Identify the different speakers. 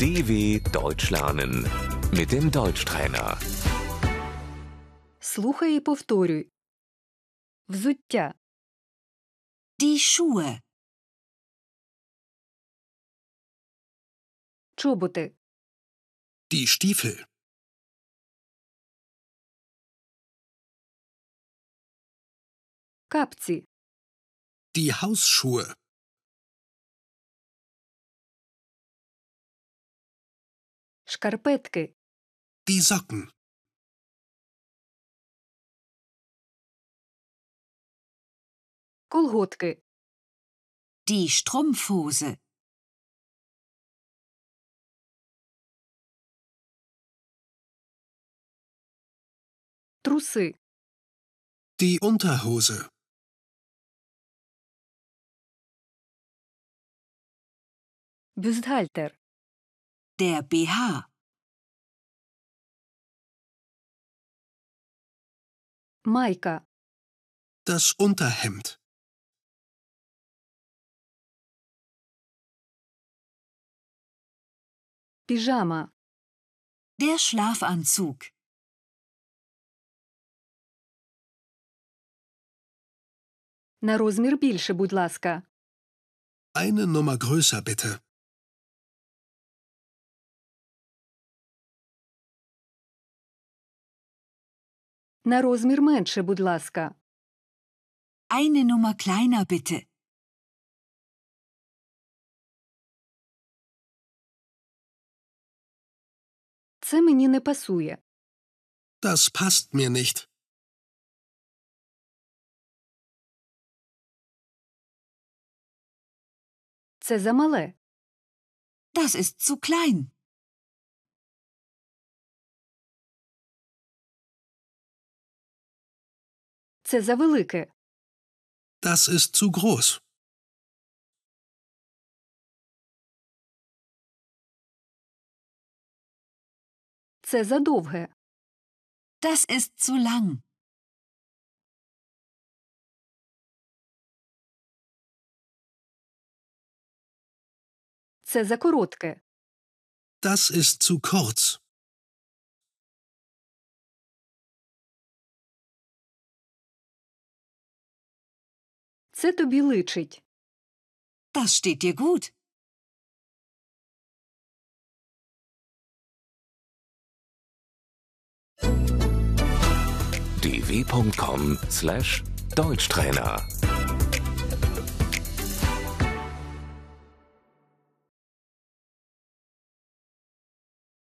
Speaker 1: DW Deutsch lernen mit dem Deutschtrainer.
Speaker 2: Слухай і повторюй. Взуття,
Speaker 3: Die Schuhe,
Speaker 2: чоботи,
Speaker 4: Die Stiefel,
Speaker 2: капці,
Speaker 4: die Hausschuhe,
Speaker 2: шкарпетки,
Speaker 4: die Socken,
Speaker 2: колготки,
Speaker 3: die Strumpfhose,
Speaker 2: труси,
Speaker 4: die Unterhose,
Speaker 2: бюстгальтер,
Speaker 3: der BH,
Speaker 2: майка,
Speaker 4: das Unterhemd,
Speaker 2: піжама,
Speaker 3: der Schlafanzug,
Speaker 2: на розмір більше, будь ласка,
Speaker 4: eine Nummer größer bitte,
Speaker 2: на розмір менше, будь ласка,
Speaker 3: eine Nummer kleiner bitte,
Speaker 2: це мені не пасує,
Speaker 4: das passt mir nicht,
Speaker 2: це замале,
Speaker 3: das ist zu klein,
Speaker 2: це завелике,
Speaker 4: das ist zu groß,
Speaker 2: це задовге,
Speaker 3: das ist zu lang,
Speaker 2: це закоротке,
Speaker 4: das ist zu kurz,
Speaker 2: це тобі личить,
Speaker 3: das steht dir gut,
Speaker 1: dw.com/deutschtrainer